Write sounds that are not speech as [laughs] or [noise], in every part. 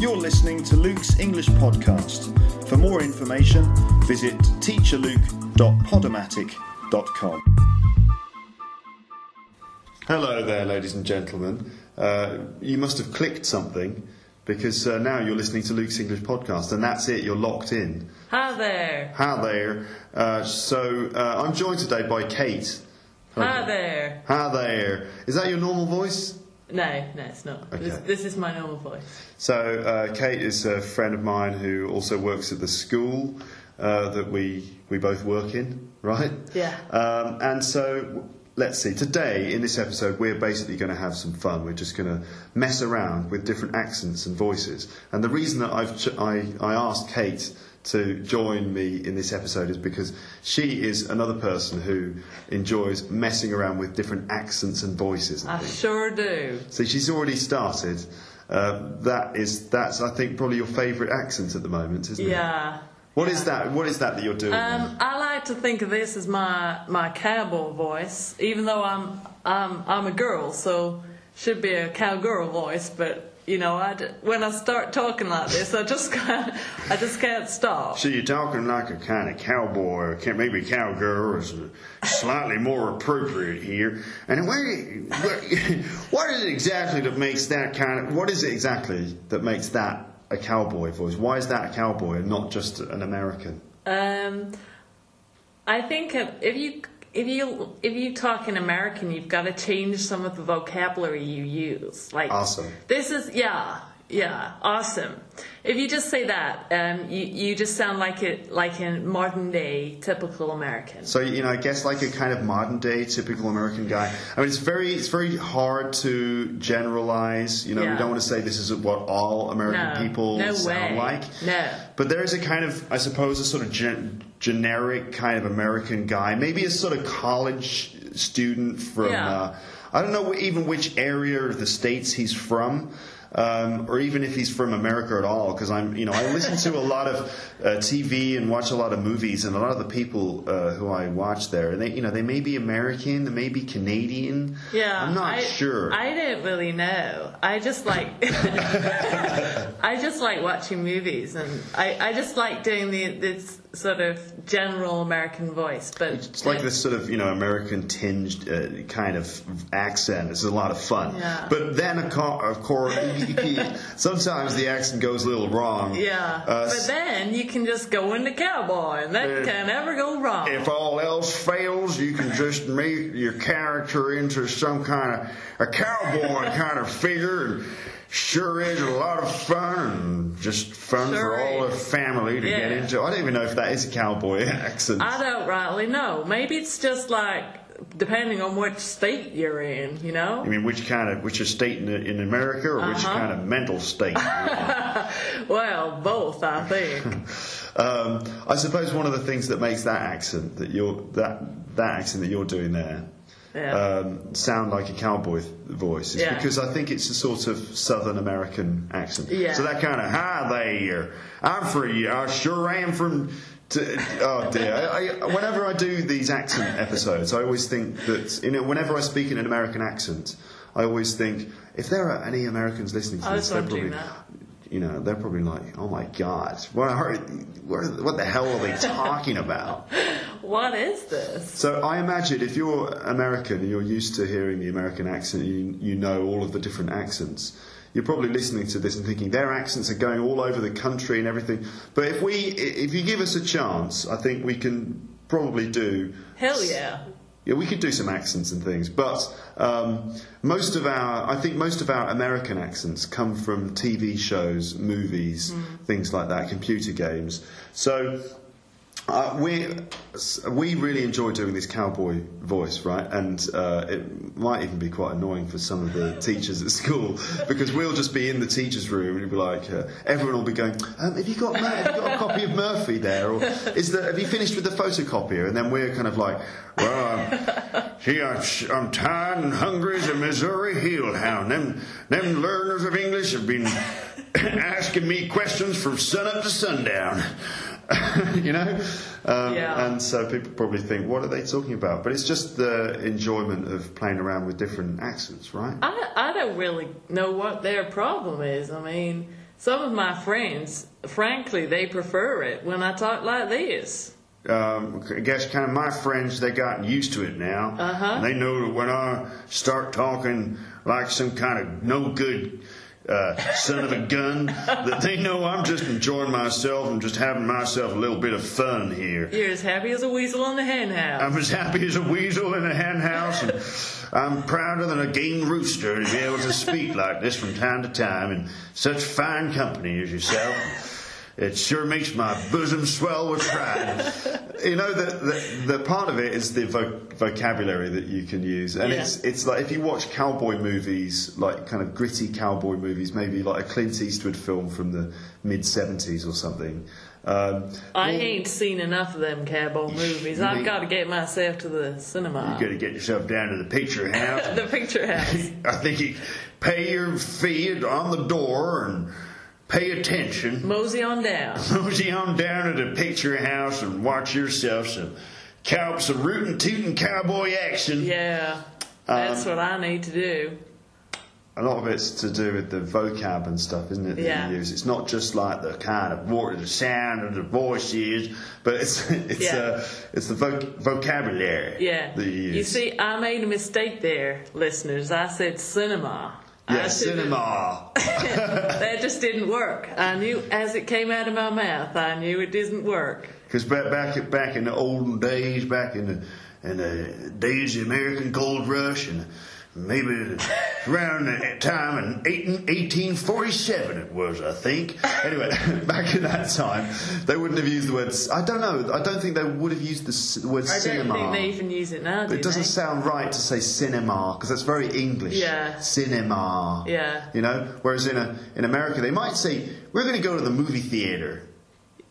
You're listening to Luke's English podcast. For more information, visit teacherluke.podomatic.com. Hello there, ladies and gentlemen. Uh, you must have clicked something because uh, now you're listening to Luke's English podcast, and that's it, you're locked in. Hi there. Hi there. Uh, so uh, I'm joined today by Kate. Hi there. Hi there. Is that your normal voice? No, no, it's not. This, Okay. this is my normal voice. So uh, Kate is a friend of mine who also works at the school uh, that we we both work in, right? Yeah. Um, and so let's see. Today in this episode, we're basically going to have some fun. We're just going to mess around with different accents and voices. And the reason that I've ch- I I asked Kate to join me in this episode is because she is another person who enjoys messing around with different accents and voices. and I things. sure do. So she's already started. Uh, that is, that's I think probably your favourite accent at the moment, isn't it? Yeah. What is that? What is that that you're doing? Um, I like to think of this as my my cowboy voice, even though I'm I'm I'm a girl, so should be a cowgirl voice. But you know, I d- when I start talking like this, I just [laughs] can't I just can't stop. so you're talking like a kind of cowboy, or ca- maybe cowgirl is slightly more appropriate here. And where, what- [laughs] what is it exactly that makes that kind of? What is it exactly that makes that a cowboy voice? Why is that a cowboy and not just an American? Um, I think if if you if you if you talk in American, you've got to change some of the vocabulary you use. Like Awesome. This is yeah yeah awesome. If you just say that, um, you you just sound like it like a modern day typical American. So you know, I guess like a kind of modern day typical American guy. I mean, it's very it's very hard to generalize. You know, we Yeah. don't want to say this is what all American No, people no sound way. like. No. But there is a kind of, I suppose, a sort of gen- generic kind of American guy. Maybe a sort of college student from. Yeah. Uh, I don't know even which area of the states he's from, um, or even if he's from America at all. Because I'm, you know, I listen to a lot of uh, TV and watch a lot of movies, and a lot of the people uh, who I watch there, they, you know, they may be American, they may be Canadian. Yeah, I'm not I- sure. I didn't really know. I just [laughs] like I just like watching movies, and I, I just like doing the this sort of general American voice. But It's like this sort of you know American tinged uh, kind of accent. It's a lot of fun. Yeah. But then of course, of course [laughs] sometimes the accent goes a little wrong. Yeah, Uh, but then you can just go into cowboy, and that If- can never go wrong. if all else fails, you can just make your character into some kind of a cowboy [laughs] kind of figure. And sure is a lot of fun and just fun Sure for all the is. family to get Yeah. into. I don't even know if that is a cowboy [laughs] accent. I don't rightly know. Maybe it's just like depending on which state you're in, you know. I mean, which kind of which state in, in America or which Uh-huh. kind of mental state? Well, both, I [laughs] think. Um, I suppose one of the things that makes that accent that you're that that accent that you're doing there Yeah. um, sound like a cowboy th- voice is Yeah. because I think it's a sort of Southern American accent. Yeah. So that kind of hi there, I'm for you. I sure am from. T- oh dear! I, I, whenever I do these accent episodes, I always think that you know. Whenever I speak in an American accent, I always think if there are any Americans listening to I this, just they're don't do probably that. you know, they're probably like, oh my god, what, are, what, are- what the hell are they talking about? what is this? So I imagine if you're American and you're used to hearing the American accent, you, you know all of the different accents. You're probably listening to this and thinking their accents are going all over the country and everything. But if we, if you give us a chance, I think we can probably do Hell yeah! yeah, we could do some accents and things, but um, most of our, I think most of our American accents come from TV shows, movies, things like that, computer games. So uh, we we really enjoy doing this cowboy voice, right? And uh, it might even be quite annoying for some of the teachers at school because we'll just be in the teachers' room and we'll be like, uh, everyone will be going, um, "Have you got Mur- have you got a copy of Murphy there, or is there, have you finished with the photocopier?" And then we're kind of like, "Well, I'm, gee, I'm, sh- I'm tired and hungry as a Missouri heel hound. Them them learners of English have been [coughs] asking me questions from sunup to sundown." [laughs] you know? Um, Yeah. And so people probably think, what are they talking about? But it's just the enjoyment of playing around with different accents, right? I, I don't really know what their problem is. I mean, some of my friends, frankly, they prefer it when I talk like this. Um, I guess kind of my friends, they got used to it now. Uh-huh. They know that when I start talking like some kind of no good. Uh, son of a gun, that they know I'm just enjoying myself and just having myself a little bit of fun here. You're as happy as a weasel in the henhouse. I'm as happy as a weasel in a henhouse, and I'm prouder than a game rooster to be able to speak like this from time to time in such fine company as yourself. It sure makes my bosom swell with pride. you know, the, the, the part of it is the voc- vocabulary that you can use. And Yeah. it's, it's like if you watch cowboy movies, like kind of gritty cowboy movies, maybe like a Clint Eastwood film from the mid 70s or something. Um, I ain't seen enough of them cowboy movies. I've mean- got to get myself to the cinema. you got to get yourself down to the picture house. [laughs] the picture house. I think you pay your fee on the door and pay attention. [laughs] Mosey on down. Mosey on down to the picture house and watch yourself some cow, some rootin' tootin' cowboy action. Yeah, that's Um, what I need to do. A lot of it's to do with the vocab and stuff, isn't it? That Yeah. you use. It's not just like the kind of what the sound of the voice is, but it's [laughs] it's Yeah. uh, it's the voc- vocabulary. Yeah. That you use. You see, I made a mistake there, listeners. I said cinema. I Yeah, shouldn't- cinema. [laughs] That just didn't work. I knew as it came out of my mouth, I knew it didn't work. Because back back back in the olden days, back in the in the days of the American Gold Rush, and maybe the- around the time in 18, 1847 it was, I think. Anyway, [laughs] back in that time, they wouldn't have used the word. c- I don't know. I don't think they would have used the, c- the word I cinema. don't think they even use it now. Do it doesn't they? sound right to say cinema because that's very English. Yeah. Cinema. Yeah. You know, whereas in a, in America they might say we're going to go to the movie theater.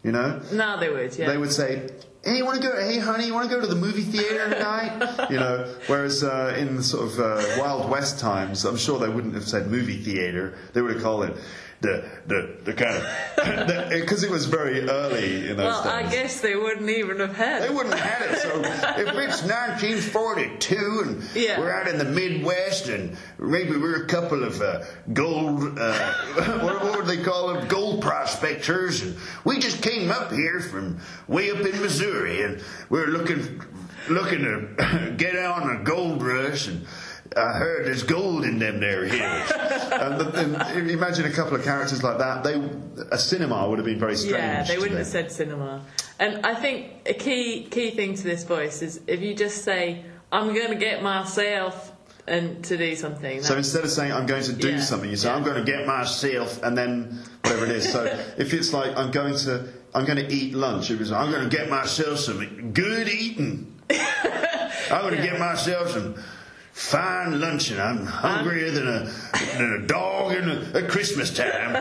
You know no, they would. Yeah. they would say, "Hey, you want to go? Hey, honey, you want to go to the movie theater [laughs] tonight?" you know. Whereas uh, in the sort of uh, Wild West times, I'm sure they wouldn't have said movie theater. They would have called it the the, the kind of [laughs] because it was very early in those well, I days. guess they wouldn't even have had. They it. wouldn't have had it. [laughs] So if it's 1942 and Yeah. we're out in the Midwest and maybe we're a couple of uh, gold, uh, [laughs] what, what would they call them? Gold prospectors. And we just came up here from way up in Missouri and we're looking, looking to [coughs] get on a gold rush and. I heard there's gold in them there [laughs] hills. and, the, and if you imagine a couple of characters like that. They a cinema would have been very strange. Yeah, they to wouldn't them. have said cinema. And I think a key key thing to this voice is if you just say, "I'm going to get myself and to do something." So that- instead of saying I'm going to do Yeah. something, you say I'm going to get myself, and then whatever it is. So if it's like I'm going to I'm going to eat lunch, it was I'm going to get myself some good eating. I'm going to get myself some fine luncheon. I'm hungrier than a than a dog in a, at Christmas time.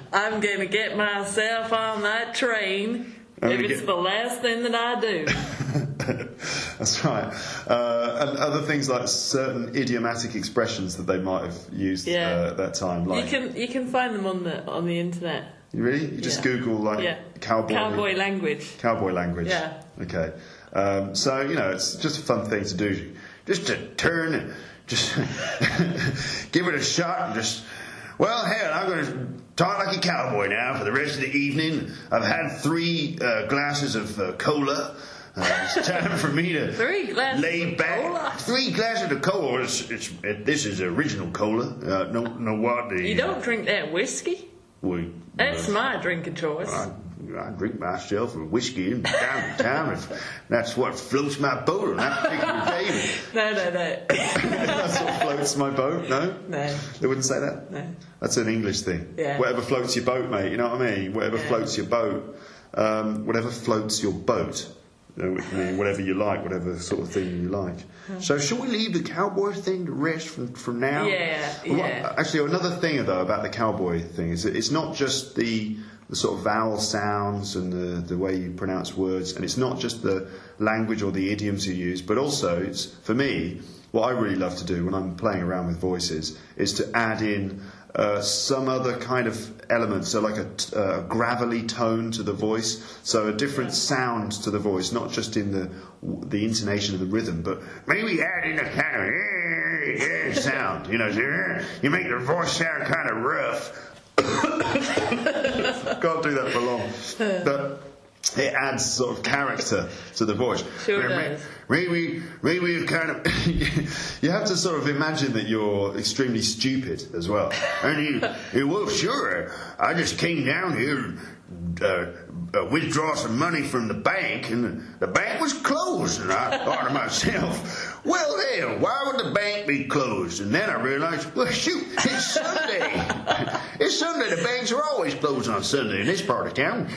[laughs] I'm going to get myself on that train I'm if gonna it's get- the last thing that I [laughs] do. That's right. Uh, and other things like certain idiomatic expressions that they might have used Yeah. uh, at that time, you like can you can find them on the on the internet. really, you just Yeah. Google like Yeah. cowboy Cowboy language. Cowboy language. Yeah. Okay. Um, so you know, it's just a fun thing to do, just to turn and just [laughs] give it a shot and just. Well, hell, I'm going to talk like a cowboy now for the rest of the evening. I've had three uh, glasses of uh, cola. Uh, it's time for me to [laughs] Three glasses lay of back. cola? Three glasses of cola. It's, it's, it, this is original cola. Uh, no, no what the. You don't drink that whiskey. We, uh, That's my drink of choice. I, I drink myself a whiskey from time to time. If that's what floats my boat on that particular [laughs] day. No, no, no, that's what floats my boat, no? no. They wouldn't say that? No. That's an English thing. Yeah. Whatever floats your boat, mate, you know what I mean? Whatever floats your boat. um, whatever floats your boat. You know, which mean whatever you like, whatever sort of thing you like. Hmm. So, should we leave the cowboy thing to rest from, from now? Yeah, Well, what- yeah. Actually, another thing though about the cowboy thing is that it's not just the, the sort of vowel sounds and the, the way you pronounce words, and it's not just the language or the idioms you use, but also it's for me what I really love to do when I'm playing around with voices is to add in uh, some other kind of element, so like a t- uh, gravelly tone to the voice, so a different sound to the voice, not just in the the intonation of the rhythm, but maybe add in a kind of eh, sound. You know, so, you make the voice sound kind of rough. [coughs] Can't do that for long. But it adds sort of character to the voice. Sure May- may- does. Maybe, maybe you kind of. [laughs] you have to sort of imagine that you're extremely stupid as well. And you, you well, sure. I just came down here. Uh, uh, withdraw some money from the bank, and the, the bank was closed. And I thought to myself, "Well, then, why would the bank be closed?" And then I realized, "Well, shoot, it's Sunday. [laughs] it's Sunday. The banks are always closed on Sunday in this part of town."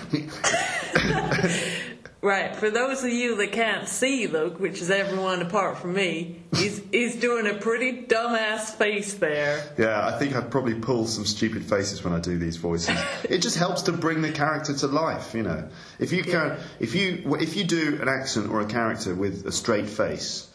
Right, for those of you that can't see Luke, which is everyone apart from me, he's, he's doing a pretty dumbass face there. Yeah, I think I'd probably pull some stupid faces when I do these voices. it just helps to bring the character to life, you know. If you can, if you if you do an accent or a character with a straight face,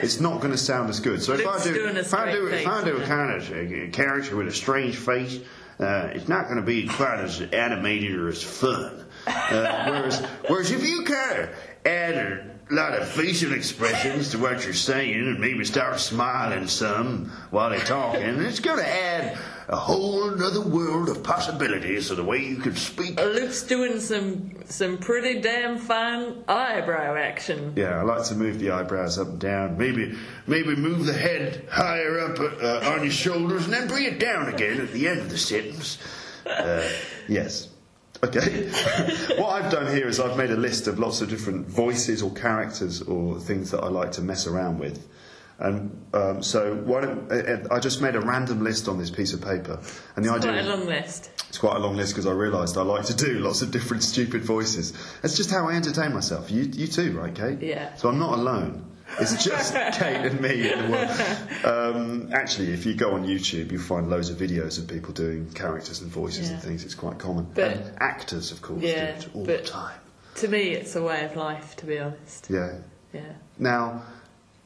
it's not going to sound as good. So if I Luke's do, doing a if I do, straight if I face, do a kind of a, character with a strange face, uh, it's not going to be quite as animated or as fun. Uh, whereas, whereas if you kind of add a lot of facial expressions to what you're saying and maybe start smiling some while they're talking, it's going to add a whole other world of possibilities to the way you can speak. Luke's doing some some pretty damn fine eyebrow action. Yeah, I like to move the eyebrows up and down. Maybe, maybe move the head higher up uh, on your shoulders, and then bring it down again at the end of the sentence. Uh, yes. Okay. [laughs] what I've done here is I've made a list of lots of different voices or characters or things that I like to mess around with. And um, so why don't, uh, uh, I just made a random list on this piece of paper. And the idea Quite a long list. it's quite a long list because I realised I like to do [laughs] lots of different stupid voices. That's just how I entertain myself. You, you too, right, Kate? Yeah. So I'm not alone. [laughs] It's just Kate and me in the world. Um, actually, if you go on YouTube, you'll find loads of videos of people doing characters and voices and Yeah. things. It's quite common. But- and actors, of course, do Yeah, it all but- the time. To me, it's a way of life, to be honest. Yeah. Yeah. Now,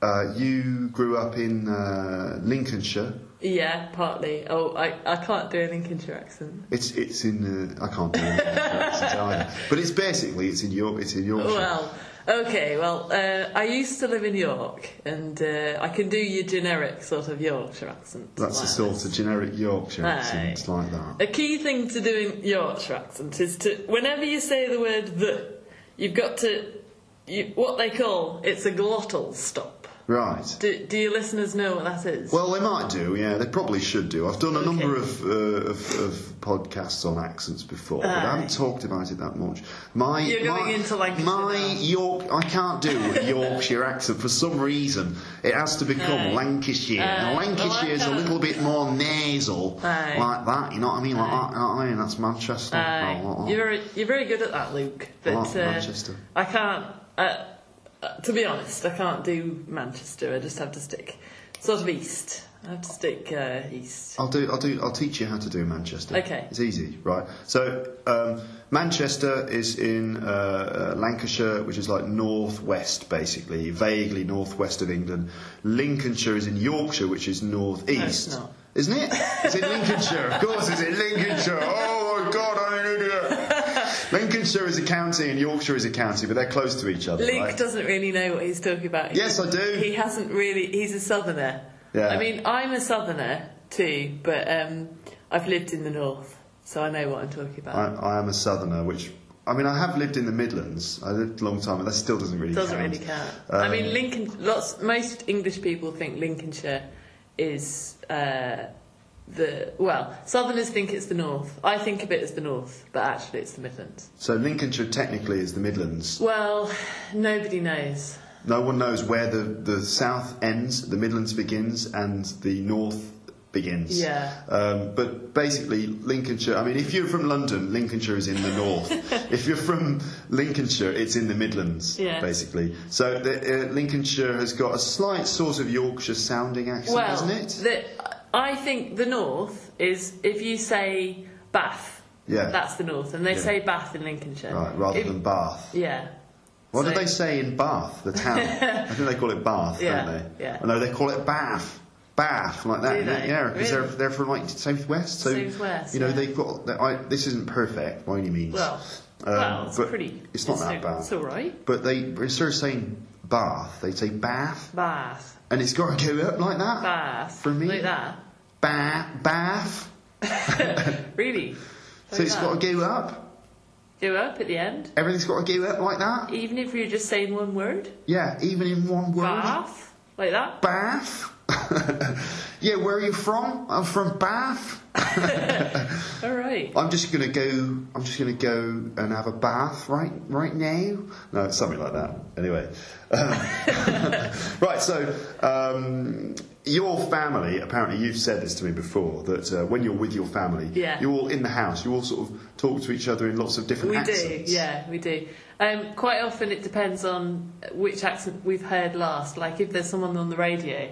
uh, you grew up in uh, Lincolnshire. Yeah, partly. Oh, I, I can't do a Lincolnshire accent. It's it's in uh, I can't do [laughs] it either. but it's basically it's in York it's in Yorkshire. Well, okay, well, uh, I used to live in York, and uh, I can do your generic sort of Yorkshire accent. That's like a sort of generic Yorkshire accent. Aye. It's like that. A key thing to doing Yorkshire accent is to, whenever you say the word the, you've got to, you, what they call, it's a glottal stop. Right. Do, do your listeners know what that is? Well, they might do, yeah. They probably should do. I've done a number of, uh, of, of podcasts on accents before, but I haven't talked about it that much. My You're my, going into Lancashire my now. York. I can't do [laughs] a Yorkshire accent for some reason. It has to become Aye. Lancashire. Now, Aye. Well, I Lancashire is a can't- little bit more nasal, Aye. like that. You know what I mean? Like that. You know what I mean? That's Manchester. Aye. Like that. you're very, you're very good at that, Luke. But Like uh, Manchester. I can't. Uh, uh, to be honest, I can't do Manchester. I just have to stick sort of east. I have to stick uh, east. I'll do. I'll do. I'll teach you how to do Manchester. Okay. It's easy, right? So um, Manchester is in uh, uh, Lancashire, which is like northwest, basically, vaguely northwest of England. Lincolnshire is in Yorkshire, which is northeast. not. Isn't it? It's in Lincolnshire. of course, it's in Lincolnshire. Oh my God, I'm an idiot. [laughs] Lincolnshire is a county and Yorkshire is a county, but they're close to each other. Luke right? doesn't really know what he's talking about. He- Yes, I do. He hasn't really. He's a southerner. Yeah. I mean, I'm a southerner too, but um, I've lived in the north, so I know what I'm talking about. I, I am a southerner, which I mean, I have lived in the Midlands. I lived a long time, but that still doesn't really Doesn't count. really count. I mean, Um, Lincoln. Lots. Most English people think Lincolnshire is uh, the well. Southerners think it's the north. I think of it as the north, but actually it's the Midlands. So Lincolnshire technically is the Midlands. Well, nobody knows. No one knows where the, the south ends, the Midlands begins, and the north begins. Yeah. Um, but basically, Lincolnshire. I mean, if you're from London, Lincolnshire is in the north. [laughs] if you're from Lincolnshire, it's in the Midlands, Yeah. basically. So the, uh, Lincolnshire has got a slight sort of Yorkshire sounding accent, well, hasn't it? The, I think the north is if you say Bath, Yeah. that's the north, and they Yeah. say Bath in Lincolnshire. right, rather If- than Bath. Yeah. What do so- they say in Bath, the [laughs] town? I think they call it Bath, Yeah, don't they? yeah. Oh, No, they call it Bath. Bath, like that. Do isn't it? they? Yeah, because they're, Really? they're from like southwest. So, Southwest, You know, yeah. they've got. they- I, this isn't perfect by any means. Well, Um, well, it's but pretty. It's not that bad. It's all right. But they instead of saying bath, they say bath, Bath, and it's got to go up like that. Bath. Uh, For me, like that. Ba- bath. Really. So it's got to to go up. go up at the end, Everything's got to go up like that. even if you're just saying one word. Yeah, even in one word. Bath, like that. Bath. [laughs] yeah, where are you from? I'm from Bath. All right. I'm just gonna go. I'm just gonna go and have a bath right right now. No, it's something like that. Anyway, [laughs] Um, right. So um, your family. Apparently, you've said this to me before that uh, when you're with your family, Yeah. you're all in the house. You all sort of talk to each other in lots of different We accents. do, yeah, we do. Um, quite often it depends on which accent we've heard last. Like if there's someone on the radio,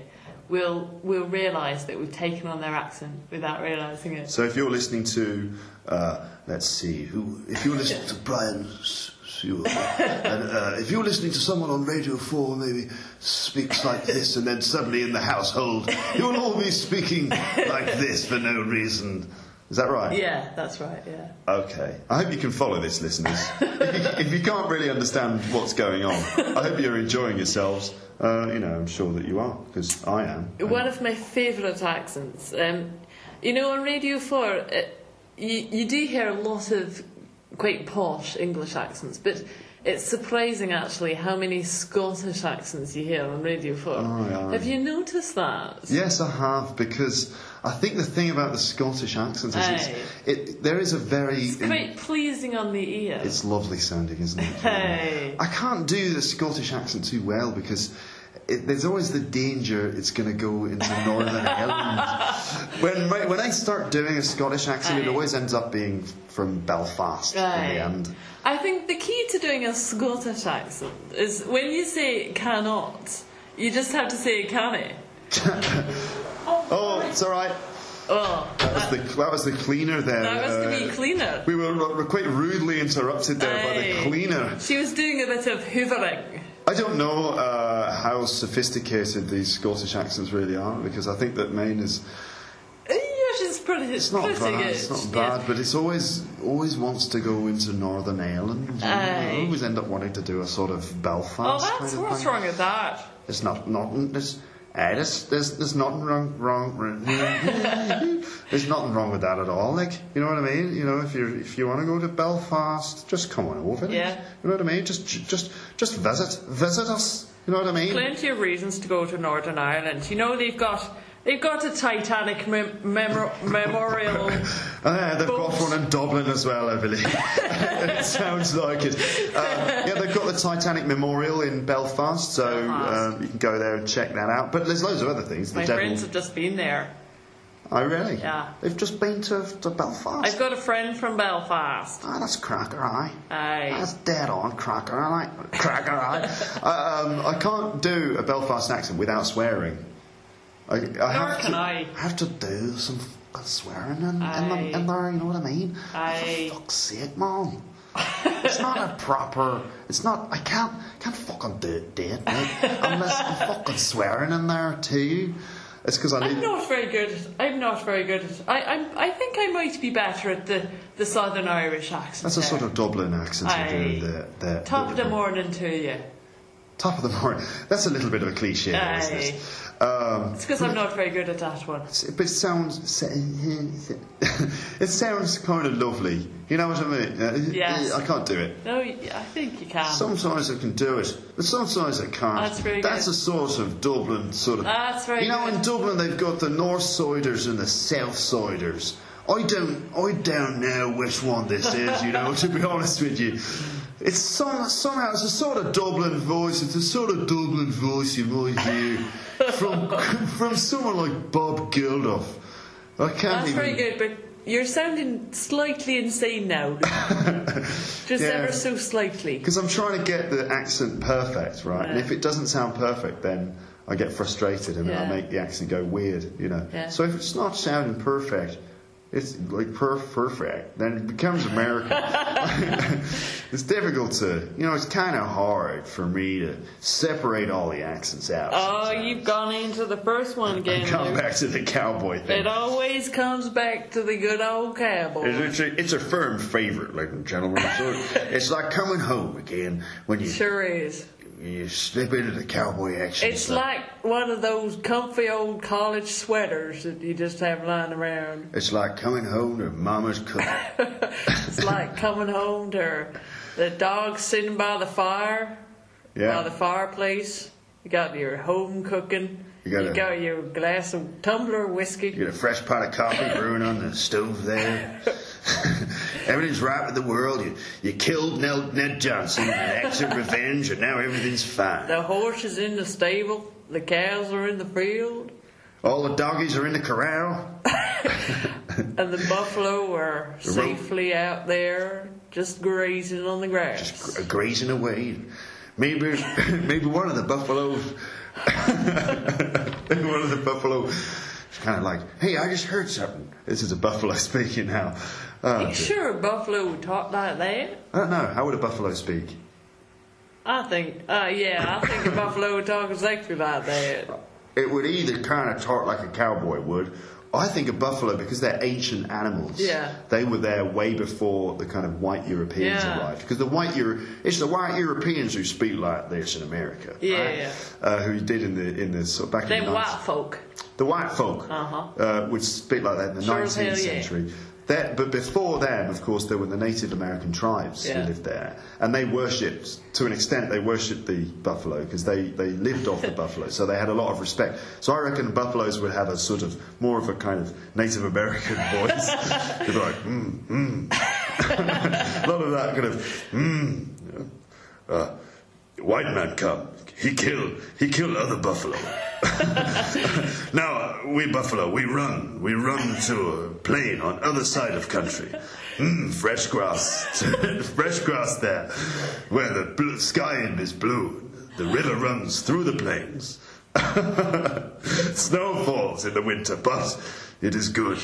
we'll we'll realise that we've taken on their accent without realising it. So if you're listening to, uh, let's see, who? If you're listening to Brian S- Sewell, and uh, if you're listening to someone on Radio Four, maybe speaks like this, and then suddenly in the household, you'll all be speaking like this for no reason. Is that right? Yeah, that's right. Yeah. Okay. I hope you can follow this, listeners. if, you, if you can't really understand what's going on, I hope you're enjoying yourselves. Uh, you know, I'm sure that you are, because I am. One of my favourite accents. Um, you know, on Radio Four, uh, you you do hear a lot of quite posh English accents, but. It's surprising actually how many Scottish accents you hear on Radio 4. Aye, aye. Have you noticed that? Yes, I have because I think the thing about the Scottish accent is it's, Aye. it there is a very It's quite pleasing on the ear. it's lovely sounding, isn't it? Aye. I can't do the Scottish accent too well because. It, there's always the danger it's going to go into [laughs] Northern Ireland. When my, when I start doing a Scottish accent, it Aye. always ends up being from Belfast in Aye. the end. [laughs] I think the key to doing a Scottish accent is when you say cannot, you just have to say can it. Oh, it's all right. Oh, That was the that was the cleaner there. that was the wee Uh, cleaner. We were ru- quite rudely interrupted there by Aye. the cleaner. She was doing a bit of hoovering. I don't know uh, how sophisticated these Scottish accents really are because I think that Maine is Yeah, she's pretty, it's not pretty bad, good. it's yeah. not bad, but it's always always wants to go into Northern Ireland. you know. Aye. I always end up wanting to do a sort of Belfast. Oh, kind that's of what's thing. wrong with that. It's not not there's eh, there's, there's there's nothing wrong wrong wrong- [laughs] there's nothing wrong with that at all. Like you know what I mean? You know if you if you want to go to Belfast, just come on over. like, Yeah. You know what I mean? Just just just visit visit us. You know what I mean? Plenty of reasons to go to Northern Ireland. You know they've got they've got a Titanic mem- memor- memorial. [laughs] Uh, they've Boats. got one in Dublin as well, I [laughs] believe. it sounds like it. Uh, yeah, they've got the Titanic Memorial in Belfast, so uh, Belfast. you can go there and check that out. But there's loads of other things. The My Devil. friends have just been there. Oh, really? Yeah. They've just been to, to Belfast. I've got a friend from Belfast. Ah, that's cracker eye. Aye. That's dead on cracker eye. [laughs] Cracker eye. [laughs] I, um, I can't do a Belfast accent without swearing. I, I have can to, I. have to do some fucking swearing in, in, Aye. the, in there. You know what I mean? Aye. For fuck's sake, man. [laughs] it's not a proper. It's not. I can't. Can't fucking do it, do it, mate, unless I'm fucking swearing in there too. It's because I I'm need. not very good. At, I'm not very good. At, I I'm, I think I might be better at the, the Southern Irish accent. That's a sort of Dublin accent. you're doing Aye. there, there, top of the morning to you. Top of the morning. That's a little bit of a cliche, though, isn't Aye. it? Um, It's because I'm not very good at that one. s- but it sounds [laughs] it sounds kind of lovely. You know what I mean? Uh, Yes. I can't do it. No, y- I think you can. Sometimes I can do it, but sometimes I can't. That's very That's good. a sort of Dublin sort of. That's very You know, in good. Dublin they've got the North Siders and the South Siders. I don't, I don't know which one this is. You know, [laughs] to be honest with you, it's some, somehow it's a sort of Dublin voice. It's a sort of [laughs] Dublin voice you might hear from from someone like Bob Geldof. I can't That's even. very good, but you're sounding slightly insane [laughs] now. Just Yeah. ever so slightly. Because I'm trying to get the accent perfect, right? And Yeah. if it doesn't sound perfect, then I get frustrated and I Yeah. make the accent go weird, you know. Yeah. So if it's not sounding perfect, it's like perf- perfect, then it becomes [laughs] American. it's difficult to, you know, it's kind of hard for me to separate all the accents out. Oh, sometimes. you've gone into the first one And [laughs] again. come Luke. back to the cowboy thing. It always comes back to the good old cowboy. It's, it's, a, it's a firm favorite, ladies and gentlemen. [laughs] So it's like coming home again when you Sure is. you slip into the cowboy action. It's like one of those comfy old college sweaters that you just have lying around. It's like coming home to mama's cooking. [laughs] It's like coming home to the dog sitting by the fire, by Yeah. the fireplace. You got your home cooking. You You, got a- got your glass of tumbler of whiskey. You get a fresh pot of coffee brewing on the stove there. [laughs] Everything's right with the world. You, you killed Ned, Ned Johnson in an act of revenge, and now everything's fine. The horse is in the stable. The cows are in the field. All the doggies are in the corral. And the buffalo are ro- safely out there just grazing on the grass. gra- grazing away. Maybe, [laughs] maybe one of the [laughs] buffaloes, one of the buffalo, is kind of like, "Hey, I just heard something." This is a buffalo [laughs] speaking now. Oh, You dear. sure a buffalo would talk like that? I don't know. How would a buffalo speak? I think, uh, yeah, I think a buffalo would talk exactly like that. It would either kind of talk like a cowboy would. I think a buffalo because they're ancient animals. Yeah. They were there way before the kind of white Europeans Yeah. arrived. Because the white Euro- it's the white Europeans who speak like this in America. Yeah, right? yeah. Uh, who did in the in the sort of back in Them the 19th white folk. The white folk Uh-huh. uh, would speak like that in the Sure as 19th hell, yeah. century. That, but before then, of course, there were the Native American tribes Yeah. who lived there, and they worshipped to an extent. They worshipped the buffalo because they, they lived off the [laughs] buffalo, so they had a lot of respect. So I reckon buffaloes would have a sort of more of a kind of Native American [laughs] voice. They'd be like, mm, mm. [laughs] a lot of that kind of, mm, you know. uh, white man come. He killed. He killed other buffalo. [laughs] now uh, we buffalo, we run. We run to a plain on other side of country. Mm, fresh grass, [laughs] fresh grass there, where the blue sky is blue. The river runs through the plains. [laughs] Snow falls in the winter, but it is good.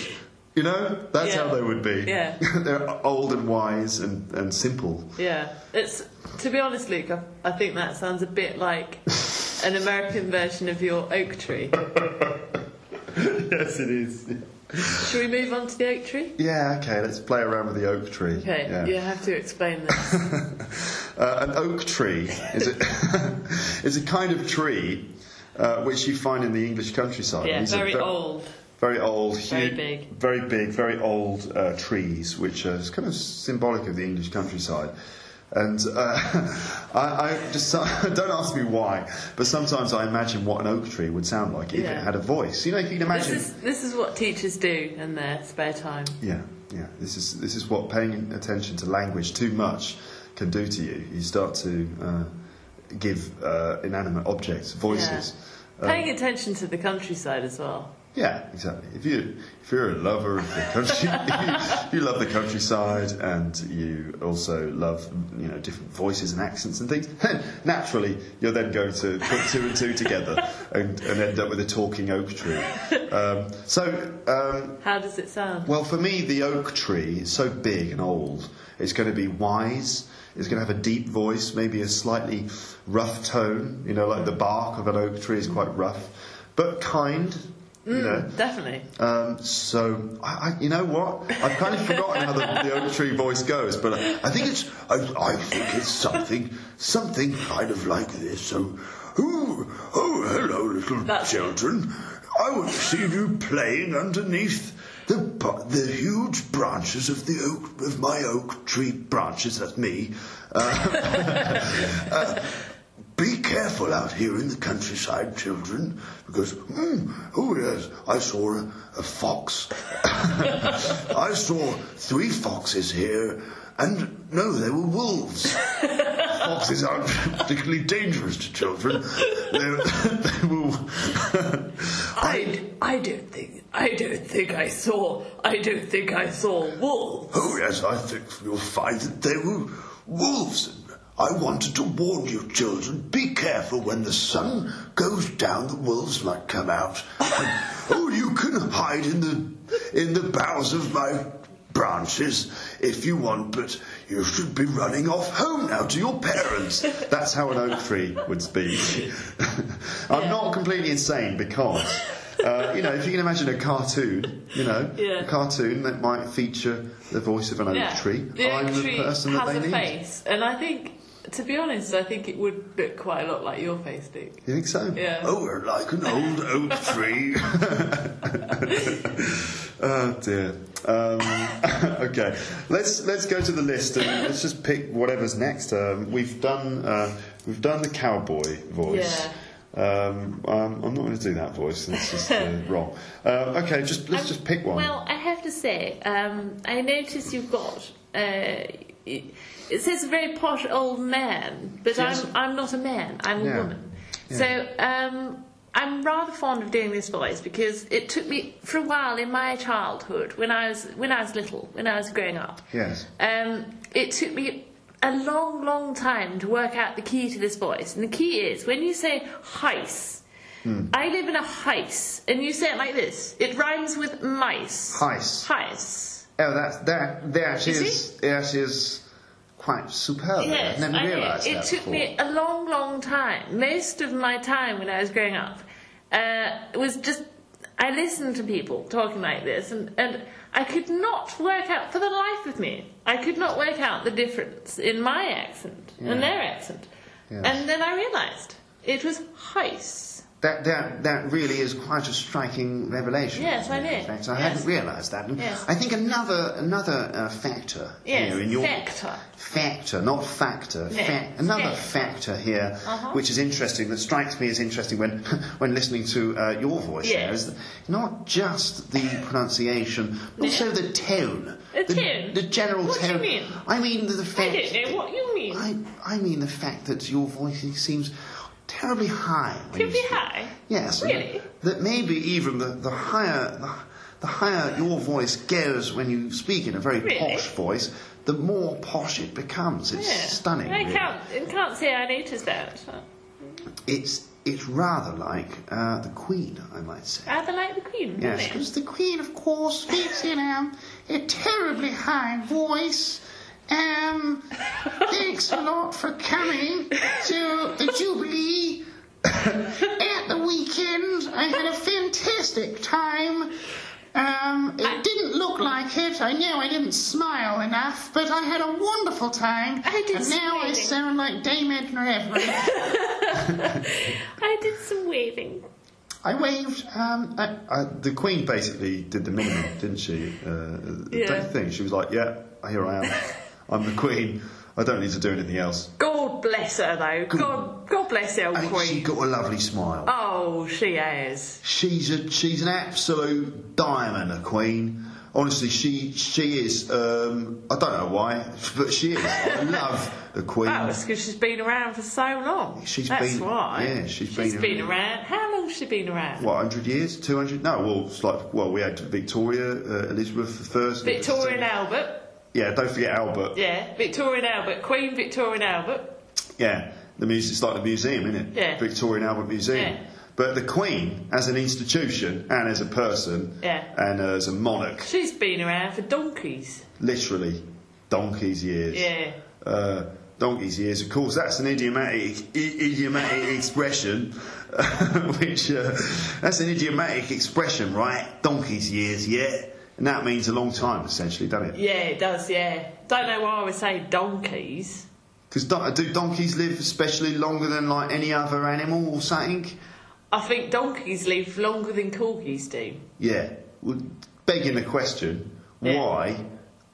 You know, that's Yeah. how they would be. Yeah. [laughs] They're old and wise and, and simple. Yeah, it's to be honest, Luke. I, I think that sounds a bit like an American version of your oak tree. [laughs] Yes, it is. Should we move on to the oak tree? Yeah, okay, let's play around with the oak tree. Okay, Yeah. you have to explain this. Uh, an oak tree is a, is a [laughs] kind of tree uh, which you find in the English countryside. Yeah, These are very ve- old. Very old, Very hu- big. very big, very old uh, trees, which are kind of symbolic of the English countryside. And uh, [laughs] I, I just [laughs] don't ask me why, but sometimes I imagine what an oak tree would sound like if Yeah. it had a voice. You know, you can This imagine. is this is what teachers do in their spare time. Yeah, yeah. This is this is what paying attention to language too much can do to you. You start to uh, give uh, inanimate objects voices. Um, Paying attention to the countryside as well. yeah, exactly. If you if you're a lover of the country, [laughs] you, you love the countryside, and you also love you know different voices and accents and things. Naturally, you're then going to put two and two together and, and end up with a talking oak tree. Um, so. Um, How does it sound? well, for me, the oak tree is so big and old. It's going to be wise. It's going to have a deep voice, maybe a slightly rough tone. You know, like the bark of an oak tree is quite rough, but kind. You know. Definitely. Um, so I, I, you know what? I've kind of forgotten how the, the oak tree voice goes, but I, I think it's I, I think it's something something kind of like this. So, oh, oh, hello, little That's- children. I want to see you playing underneath the bu- the huge branches of the oak of my oak tree branches. That's me. Be careful out here in the countryside, children, because, mm, oh yes, I saw a, a fox. [laughs] I saw three foxes here, and no, they were wolves. foxes aren't [laughs] particularly dangerous to children. They're, they were. I'd, I'd I don't think I don't think I saw I don't think I saw wolves. Oh, yes, I think you'll find that they were wolves. I wanted to warn you, children, be careful when the sun goes down, the wolves might come out. [laughs] And, oh, you can hide in the, in the boughs of my branches if you want, but you should be running off home now to your parents. That's how an oak tree would speak. [laughs] I'm not completely insane because, uh, you know, if you can imagine a cartoon, you know, Yeah. a cartoon that might feature the voice of an oak Yeah. tree, The I'm oak the tree person that has they a need. face, and I think, to be honest, I think it would look quite a lot like your face, Dick. You think so? Yeah. Oh, we're like an old oak [laughs] tree. [laughs] Oh dear. Um, [laughs] okay, let's let's go to the list and let's just pick whatever's next. Um, we've done uh, we've done the cowboy voice. Yeah. Um, um, I'm not going to do that voice. That's just [laughs] uh, wrong. Uh, okay, just Um, let's just pick one. Well, I have to say, um, I notice you've got. Uh, it it says very posh old man, but Yes. I'm I'm not a man. I'm Yeah. a woman. So um, I'm rather fond of doing this voice because it took me for a while in my childhood when I was when I was little when I was growing up. Yes. Um, it took me a long, long time to work out the key to this voice, and the key is when you say heis. I live in a heis, and you say it like this. It rhymes with mice. Heis. Heis. oh, that that that You is that is quite superb. Yes, I've I never know. realised It that took before. me a long, long time. Most of my time when I was growing up uh, was just I listened to people talking like this, and, and I could not work out for the life of me. I could not work out the difference in my accent and their accent, Yes. and then I realised it was Heiss. That, that, that really is quite a striking revelation. Yes, isn't I it, in know. fact? I Yes. hadn't realised that. And Yes. I think another another uh, factor Yes, here in your factor. factor, not factor, No, fac- another factor. factor here, Uh-huh. which is interesting. That strikes me as interesting when [laughs] when listening to uh, your voice. Yes. there, is not just the pronunciation, but also the tone. The tone? The general What do you tone. mean? I mean the, the I fact. don't know what you mean. I, I mean the fact that your voice seems terribly high. when you Could be speak. high. Yes. Really? That maybe even the, the higher the, the higher your voice goes when you speak in a very Really? posh voice, the more posh it becomes. It's Yeah. stunning. I really. can't, I can't say I noticed that. It's it's rather like uh, the Queen, I might say. Rather like the Queen. Yes, isn't it? because the Queen, of course, speaks in um, a terribly high voice. Um, thanks a lot for coming to the Jubilee. At the weekend, I had a fantastic time. Um, it didn't look like it. I know I didn't smile enough, but I had a wonderful time. I did and now I smiling. sound like Dame Edna Everett. I did some waving. I waved. Um, I, I, the Queen basically did the minimum, didn't she? Uh, [laughs] Yeah. Don't you think she was like, "Yeah, here I am. I'm the Queen. I don't need to do anything else." God bless her, though. God, God bless the old And she queen. got a lovely smile. Oh, she has. She's a she's an absolute diamond, the Queen. Honestly, she she is. Um, I don't know why, [laughs] but she is. I love the Queen. Oh, it's because she's been around for so long. She's That's been- why. yeah, she's been been around. around. How long's she been around? what, 100 years? 200? No, well, it's like, well, we had Victoria, uh, Elizabeth I. Victoria and Albert. Yeah, don't forget Albert. Yeah, Victoria and Albert. Queen Victoria and Albert. Yeah, the muse- it's like the museum, isn't it? Yeah. Victorian Albert Museum. Yeah. But the Queen, as an institution and as a person, Yeah. and as a monarch, She's been around for donkeys. literally, donkey's years. Yeah. Uh, donkey's years, of course, that's an idiomatic, I- idiomatic expression, [laughs] which, uh, that's an idiomatic expression, right? Donkey's years, yeah. And that means a long time, essentially, doesn't it? Yeah, it does, yeah. Don't know why I would say donkeys. Because do donkeys live especially longer than like any other animal or something? I think donkeys live longer than corgis do. Yeah, well, begging the question, Yeah. why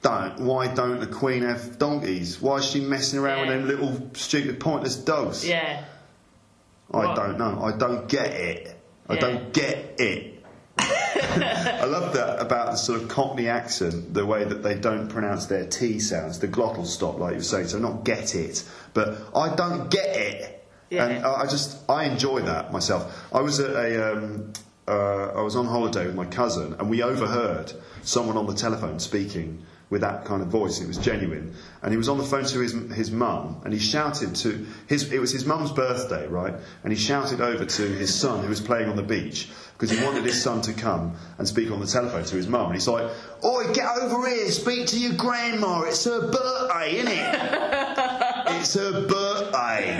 don't why don't the Queen have donkeys? Why is she messing around Yeah. with them little stupid pointless dogs? Yeah. I What? don't know. I don't get it. I Yeah. don't get [laughs] it. I love that about the sort of Cockney accent, the way that they don't pronounce their T sounds, the glottal stop, like you were saying. So not get it, but I don't get it. Yeah. And I I just I enjoy that myself. I was at a um, uh, I was on holiday with my cousin, and we overheard someone on the telephone speaking with that kind of voice. It was genuine, and he was on the phone to his his mum, and he shouted to his. It was his mum's birthday, right? And he shouted over to his son who was playing on the beach because he wanted his son to come and speak on the telephone to his mum. And he's like, "Oi, get over here, speak to your grandma. It's her birthday, isn't it? it's her birthday,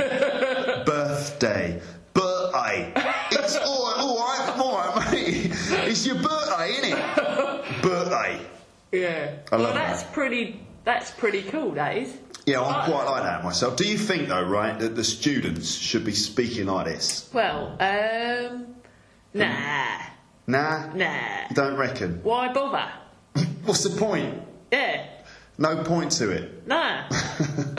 birthday, birthday. It's all right, all right, all right, mate. It's your birthday, isn't it? Birthday." Yeah. I well, love that's that. pretty. That's pretty cool, that is. Yeah, I'm quite like that myself. Do you think, though, right, that the students should be speaking like this? Well, um, nah, Nah, nah. don't reckon. Why bother? What's the point? Yeah, No point to it. nah.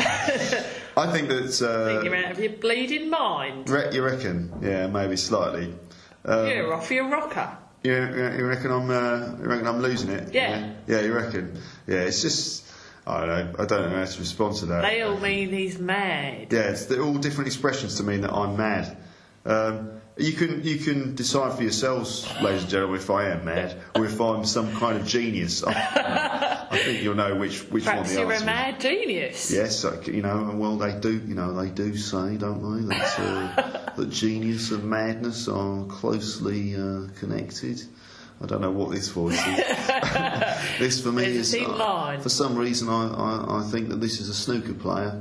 I think that. You're out of your bleeding mind. Uh, re- you reckon? Yeah, maybe slightly. Um, You're off your rocker. You, you you reckon I'm? Uh, you reckon I'm losing it? Yeah. yeah. you reckon? Yeah, it's just. I don't know. I don't know how to respond to that. They all mean he's mad. Yeah, it's, they're all different expressions to mean that I'm mad. Um, you can you can decide for yourselves, ladies and gentlemen, if I am mad or if I'm some kind of genius. I, I think you'll know which which Perhaps one the you're answer is. a mad genius. Yes, I c you know, and well, they do. You know, they do say, don't they, that [laughs] uh, that genius and madness are closely uh, connected. I don't know what this voice [laughs] is. [laughs] this for me There's a is thin uh, line. for some reason I, I, I think that this is a snooker player.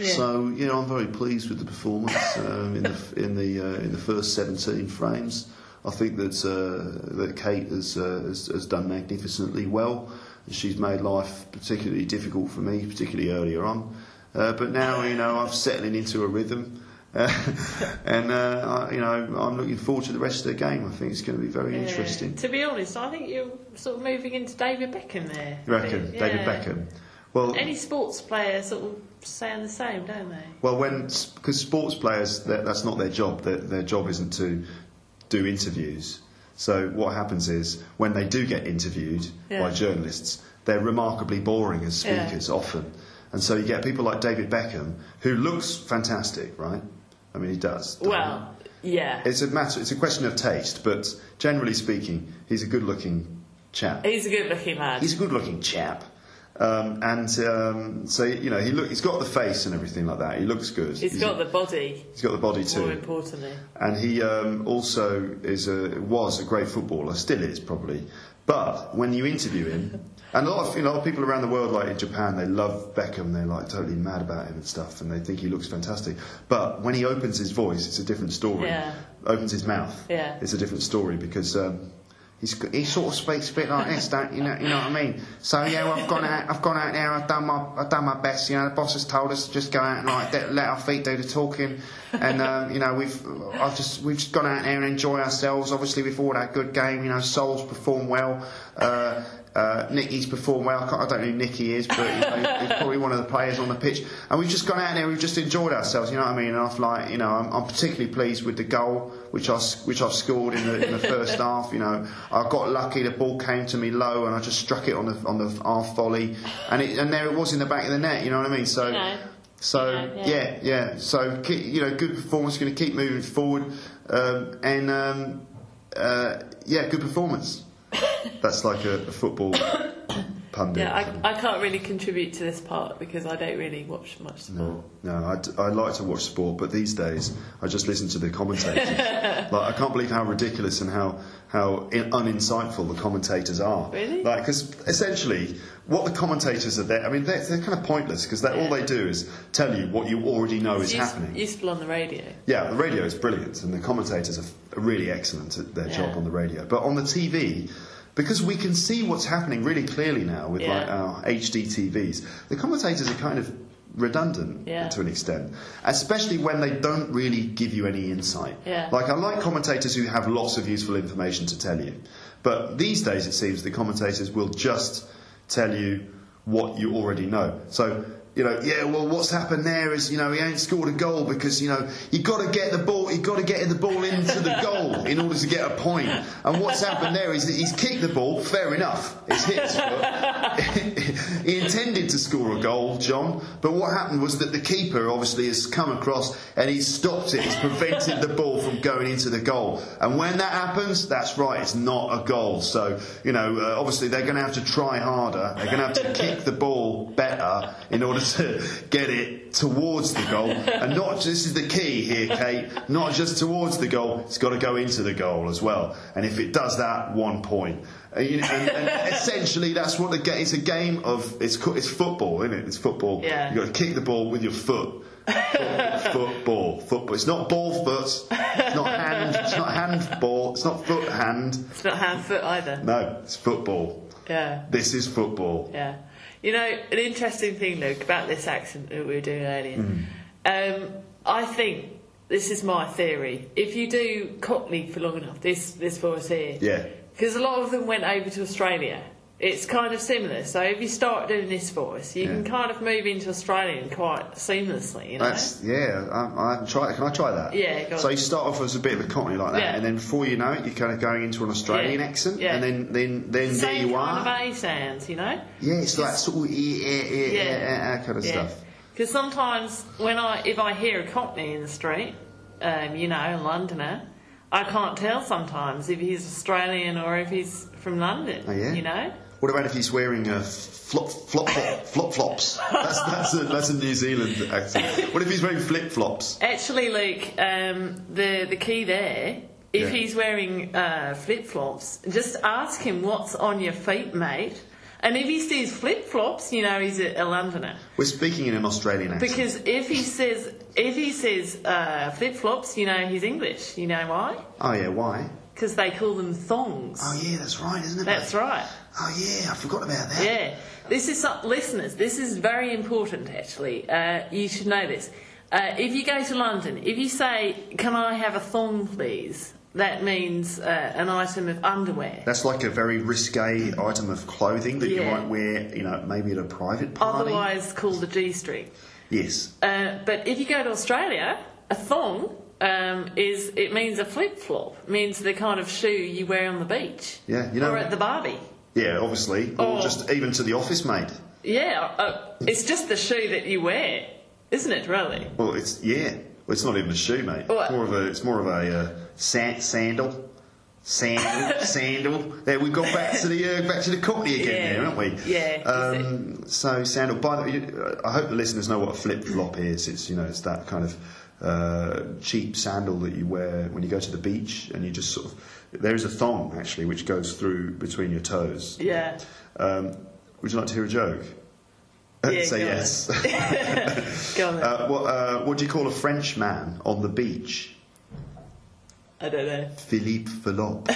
So you know, I'm very pleased with the [laughs] performance um, in the f- in the uh, in the first 17 frames. I think that uh, that Kate has, uh, has has done magnificently well. She's made life particularly difficult for me, particularly earlier on. Uh, but now you know I'm settling into a rhythm, [laughs] uh, and uh, I, you know I'm looking forward to the rest of the game. I think it's going to be very Yeah. interesting. To be honest, I think you're sort of moving into David Beckham there. You reckon, Yeah. David Beckham? Well, Any sports player sort of sound the same, don't they? Well, when because sports players, that, that's not their job. Their, their job isn't to do interviews. So what happens is when they do get interviewed Yeah. by journalists, they're remarkably boring as Yeah. speakers often. And so you get people like David Beckham, who looks fantastic, right? I mean, he does. doesn't he? Well, yeah. it's a matter. It's a question of taste, but generally speaking, he's a good-looking chap. He's a good looking lad. He's a good-looking chap, um, and um, so you know he look. He's got the face and everything like that. He looks good. he's got the body, He's got the body more too, importantly. and he um, also is a was a great footballer, still is probably. But when you interview him, and a lot of you know, a lot of people around the world, like in Japan, they love Beckham. They're like totally mad about him and stuff, and they think he looks fantastic. But when he opens his voice, it's a different story. Yeah. Opens his mouth, Yeah. it's a different story because. Um, He's, g- he sort of speaks a bit like this, don't you know? You know what I mean? So yeah, I've gone out. I've gone out there. I've done my. I've done my best. You know, the boss has told us to just go out and like let- let our feet do the talking, and um, you know we've. I've just we've just gone out there and enjoy ourselves. Obviously, we've all had a good game. You know, Sol's performed well. Uh, uh, Nicky's performed well. I, can't- I don't know who Nicky is, but you know, [laughs] he's probably one of the players on the pitch. And we've just gone out there. We've just enjoyed ourselves. You know what I mean? And I've like, you know, I'm, I'm particularly pleased with the goal which I s- which I've scored in the in the [laughs] first half. You know, I got lucky. The ball came to me low, and I just struck it on the on the half volley, and it and there it was in the back of the net. You know what I mean? So. Yeah. So Yeah, yeah, yeah. yeah. So keep, you know, good performance. Going to keep moving forward, um, and um, uh, yeah, good performance. That's like a, a football [coughs] pundit. Yeah, I, I can't really contribute to this part because I don't really watch much sport. No, I, d- I like to watch sport, but these days I just listen to the [laughs] commentators. like, I can't believe how ridiculous and how how in, uninsightful the commentators are. Really? Like, because essentially, what the commentators are there, I mean, they're, they're kind of pointless because all they do is tell you what you already know is It's use- happening. useful on the radio. Yeah, the radio is brilliant, and the commentators are f- are really excellent at their Yeah. job on the radio. But on the TV, because we can see what's happening really clearly now with Yeah. like our HD TVs, the commentators are kind of redundant Yeah. to an extent, especially when they don't really give you any insight. Yeah. Like I like commentators who have lots of useful information to tell you, but these days it seems the commentators will just tell you what you already know. So you know, yeah, well, what's happened there is, you know, he ain't scored a goal because, you know, you got to get the ball, you got to get the ball into the goal in order to get a point. And what's happened there is that he's kicked the ball, fair enough, it's hit his foot. [laughs] he intended to score a goal, John, but what happened was that the keeper obviously has come across and he's stopped it, he's prevented the ball from going into the goal. And when that happens, that's right, it's not a goal. So, you know, uh, obviously they're going to have to try harder, they're going to have to kick the ball better in order to get it towards the goal. And not this is the key here, Kate. Not just towards the goal, it's got to go into the goal as well. And if it does that, one point. And, you know, and, and essentially, that's what the game. It's a game of it's co- it's football, isn't it? It's football. Yeah. You got to kick the ball with your foot. Football, football, football. It's not ball foot. It's not hand. It's not hand ball. It's not foot hand. It's not hand foot either. No, it's football. Yeah, This is football. yeah. You know, an interesting thing, Luke, about this accident that we were doing earlier. Hmm. Um, I think this is my theory. If you do Cockney for long enough, this this voice here, Yeah. because a lot of them went over to Australia. It's kind of similar. So if you start doing this voice, you can Yeah. kind of move into Australian quite seamlessly. You know, That's yeah. I, I try. Can I try that? Yeah, go So on. you start off as a bit of a cockney like that, Yeah. and then before you know it, you're kind of going into an Australian Yeah. accent, Yeah. and then then then there same you kind are. of A sounds. You know, Yeah, it's like sort of eh, eh, eh, Yeah. eh, eh, eh, kind of Yeah. stuff. Because sometimes when I, if I hear a Cockney in the street, um, you know, a Londoner, I can't tell sometimes if he's Australian or if he's from London. Oh, yeah? You know. What about if he's wearing a flop flop flop, flop flops? That's that's a, that's a New Zealand accent. What if he's wearing flip flops? Actually, Luke, um, the the key there, if Yeah. he's wearing uh, flip flops, just ask him what's on your feet, mate. And if he sees flip flops, you know he's a, a Londoner. We're speaking in an Australian accent. Because if he says if he says uh, flip flops, you know he's English. You know why? oh yeah, why? Because they call them thongs. Oh yeah, that's right, isn't it? That's right. Oh yeah, I forgot about that. Yeah. This is some, listeners. This is very important. Actually, uh, you should know this. Uh, if you go to London, if you say, "Can I have a thong, please?" that means uh, an item of underwear. That's like a very risque item of clothing that you Yeah. might wear, you know, maybe at a private party. Otherwise called a g-string. yes. Uh, but if you go to Australia, a thong um, is it means a flip flop, means the kind of shoe you wear on the beach. Yeah, you know- Or at the barbie. Yeah, obviously. Or Oh. just even to the office mate. Yeah, uh, it's just the shoe that you wear, isn't it? Really. Well, it's yeah. Well, it's not even a shoe, mate. What? It's more of a. It's more of a uh, sa- sandal. Sandal, [laughs] sandal. There we got back to the uh, back to the Cockney again, Yeah. there, haven't we? Yeah, that's it. Um, so sandal. By the way, uh, I hope the listeners know what a flip flop is. It's you know it's that kind of uh, cheap sandal that you wear when you go to the beach and you just sort of. There is a thong actually which goes through between your toes. Yeah. Um, would you like to hear a joke? Yeah, [laughs] Say go on. yes. Go on. Then. Uh, what, uh, what do you call a French man on the beach? I don't know. Philippe [laughs] Philop.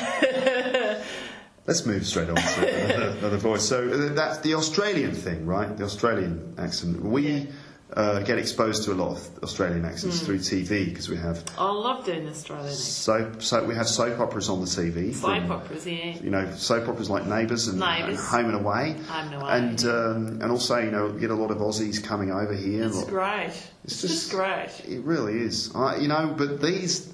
Let's move straight on to another, another voice. So uh, that's the Australian thing, right? The Australian accent. We uh, get exposed to a lot of Australian Mm. accents through TV because we have I love doing Australian accent. soap, soap. We have soap operas on the TV. Soap from- operas, yeah. you know, soap operas like Neighbours and, and Neighbours. Home and Away. Home and Away. And, um, and also, you know, get a lot of Aussies coming over here. a It's lot- great. It's It's just just- great. It really is. I, you know, but these.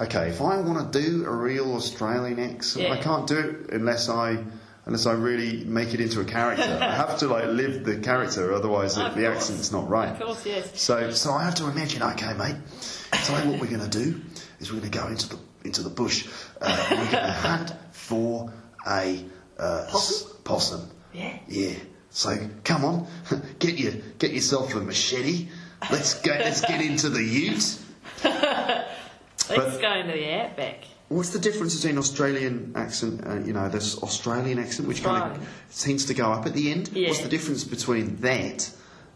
Okay, if I want to do a real Australian accent, I Yeah. can't do it unless I unless I really make it into a character. I have to like live the character, otherwise [laughs] Of the course. accent's not right. Of course, yes. So, so I have to imagine. Okay, mate. So what we're going to do is we're going to go into the into the bush. Uh, we're going [laughs] to hunt for a uh, possum. possum. Yeah. Yeah. So come on, [laughs] get your get yourself a machete. Let's go. Let's [laughs] get into the ute. Let's go into the outback. What's the difference between Australian accent? Uh, you know, this Australian accent, which kind Right. of seems to go up at the end. Yeah. What's the difference between that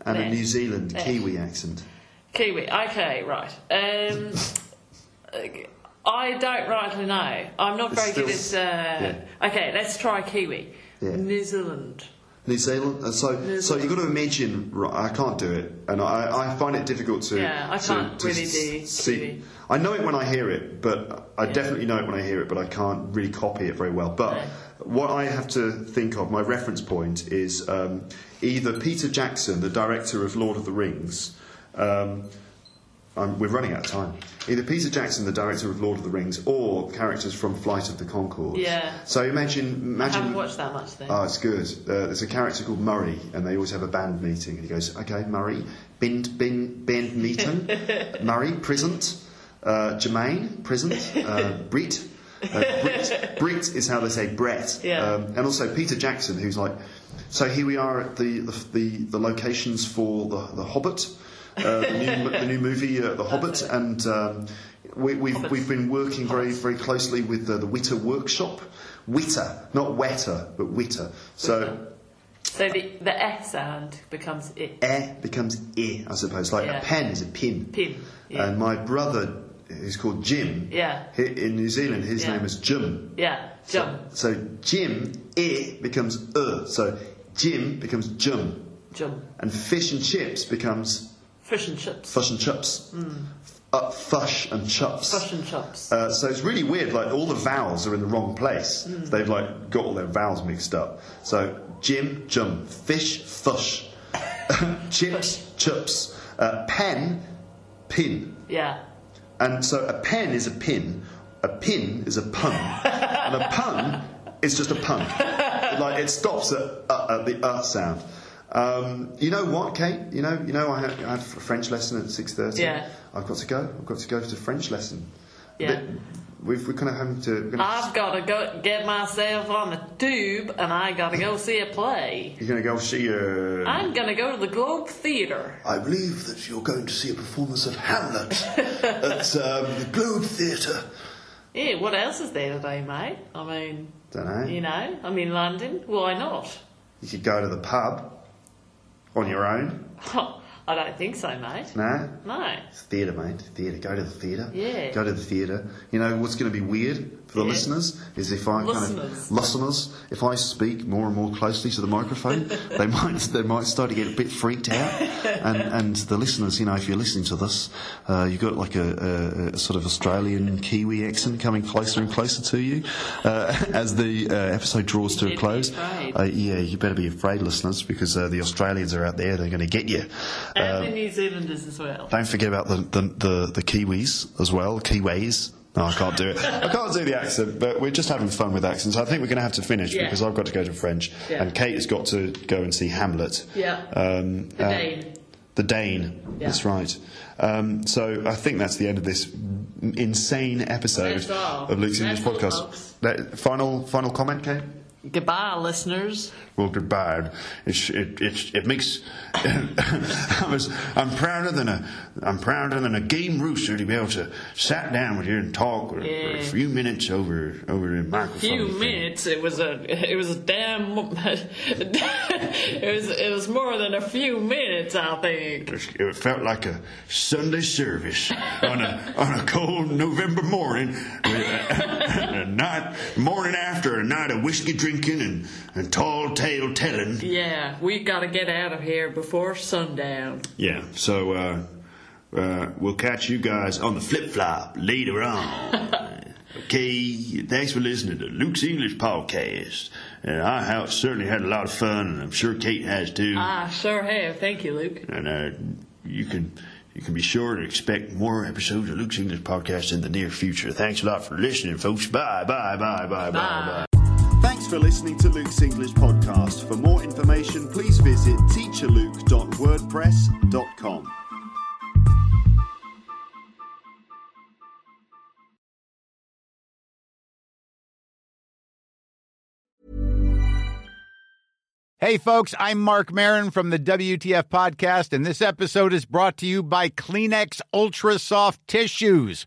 and That. a New Zealand That. Kiwi accent? Kiwi. Okay, right. Um, I don't rightly know. I'm not It's very good at. still- Uh, Okay, let's try Kiwi. Yeah. New Zealand. New Zealand. And so, so you've got to imagine. Right, I can't do it, and I, I find it difficult to. Yeah, I to- can't to really s- do See, Kiwi. I know it when I hear it, but I definitely know it when I hear it, but I can't really copy it very well. But what I have to think of, my reference point is um, either Peter Jackson, the director of Lord of the Rings. Um, I'm, we're running out of time. Either Peter Jackson, the director of Lord of the Rings, or characters from Flight of the Conchords. Yeah. So imagine, I haven't imagine. watched that much though. Oh, it's good. Uh, there's a character called Murray, and they always have a band meeting. And he goes, "Okay, Murray, bend, bend, band meeting. Murray, present. Uh, Jermaine, present. Uh, Brit, uh, Brit, Brit is how they say Brett. Um, Yeah. and also Peter Jackson, who's like, so here we are at the the the, the locations for the the Hobbit, uh, the, [laughs] new, the new movie, uh, The Hobbit, and. Um, we, we've, we've been working very very closely with the, the Witter workshop, Witter, not wetter, but Witter. So So the, the S sound becomes it. eh becomes eh, I suppose. Like Yeah. a pen is a pin. Pin, yeah. And my brother, who's called Jim, Yeah. he- in New Zealand, his Yeah. name is Jim. Yeah, jump, So Jim eh becomes er. So Jim becomes Jim, jump. and fish and chips becomes Fish and chips. fush and chups. Uh, fush and chups. Fish and chips. Uh, so it's really weird. Like all the vowels are in the wrong place. They've like got all their vowels mixed up. So Jim, Jum, fish, fush, [laughs] chips, chups, uh, pen, pin. Yeah. And so a pen is a pin, a pin is a pun, and a pun is just a pun. like it stops at, uh, at the uh sound. Um, you know what, Kate? You know, you know, I have, I have a French lesson at six thirty. Yeah. I've got to go. I've got to go to the French lesson. Yeah. Ah. But We've, we're kind of having to. We're gonna, I've got to go get myself on the tube and I got to go see a play. You're going to go see. Uh, I'm going to go to the Globe Theatre. I believe that you're going to see a performance of Hamlet at um, the Globe Theatre. Yeah, what else is there today, mate? I mean, don't know. you know, I'm in London. Why not? [laughs] You could go to the pub on your own. I don't think so, mate. Nah. No. It's theatre, mate. Theatre. Go to the theatre. Yeah. Go to the theatre. You know what's going to be weird for the Yeah. listeners is if I kind Listeners. of listeners, if I speak more and more closely to the microphone, [laughs] they might they might start to get a bit freaked out. And and the listeners, you know, if you're listening to this, uh, you've got like a, a, a sort of Australian Kiwi accent coming closer and closer to you uh, [laughs] as the uh, episode draws to a You'd be close. afraid. Uh, yeah, you better be afraid, listeners, because uh, the Australians are out there. They're going to get you. Uh, And the New Zealanders as well. Don't forget about the, the, the, the Kiwis as well. Kiwis. No, I can't do it. I can't do the accent, but we're just having fun with accents. I think we're going to have to finish Yeah. because I've got to go to French Yeah. and Kate has got to go and see Hamlet. Yeah. Um, The uh, Dane. the Dane. Yeah. That's right. Um, so I think that's the end of this insane episode That's all. of Luke's English That's all, folks. podcast. That, final final comment, Kate. Goodbye, listeners. Well, goodbye. It's, it, it, it makes. [coughs] I was, I'm prouder than a I'm prouder than a game rooster to be able to sat down with you and talk for, for a Yeah. few minutes over over the microphone. Few thing. minutes. It was a. It was a damn. [laughs] it was. It was more than a few minutes. I think. It felt like a Sunday service on a on a cold November morning, with a, [laughs] a night morning after a night of whiskey drinking and, and tall tale telling. Yeah, we got to get out of here before sundown. Yeah. So uh, uh, we'll catch you guys on the flip flop later on. okay. Thanks for listening to Luke's English podcast. And I ha- certainly had a lot of fun, and I'm sure Kate has too. I sure have. Thank you, Luke. and uh, you can you can be sure to expect more episodes of Luke's English podcast in the near future. Thanks a lot for listening, folks. Bye. Bye. Bye. Bye. Bye. Bye. Thanks for listening to Luke's English podcast. For more information, please visit teacherluke.wordpress.com. Hey, folks, I'm Mark Marin from the WTF Podcast, and this episode is brought to you by Kleenex Ultra Soft Tissues.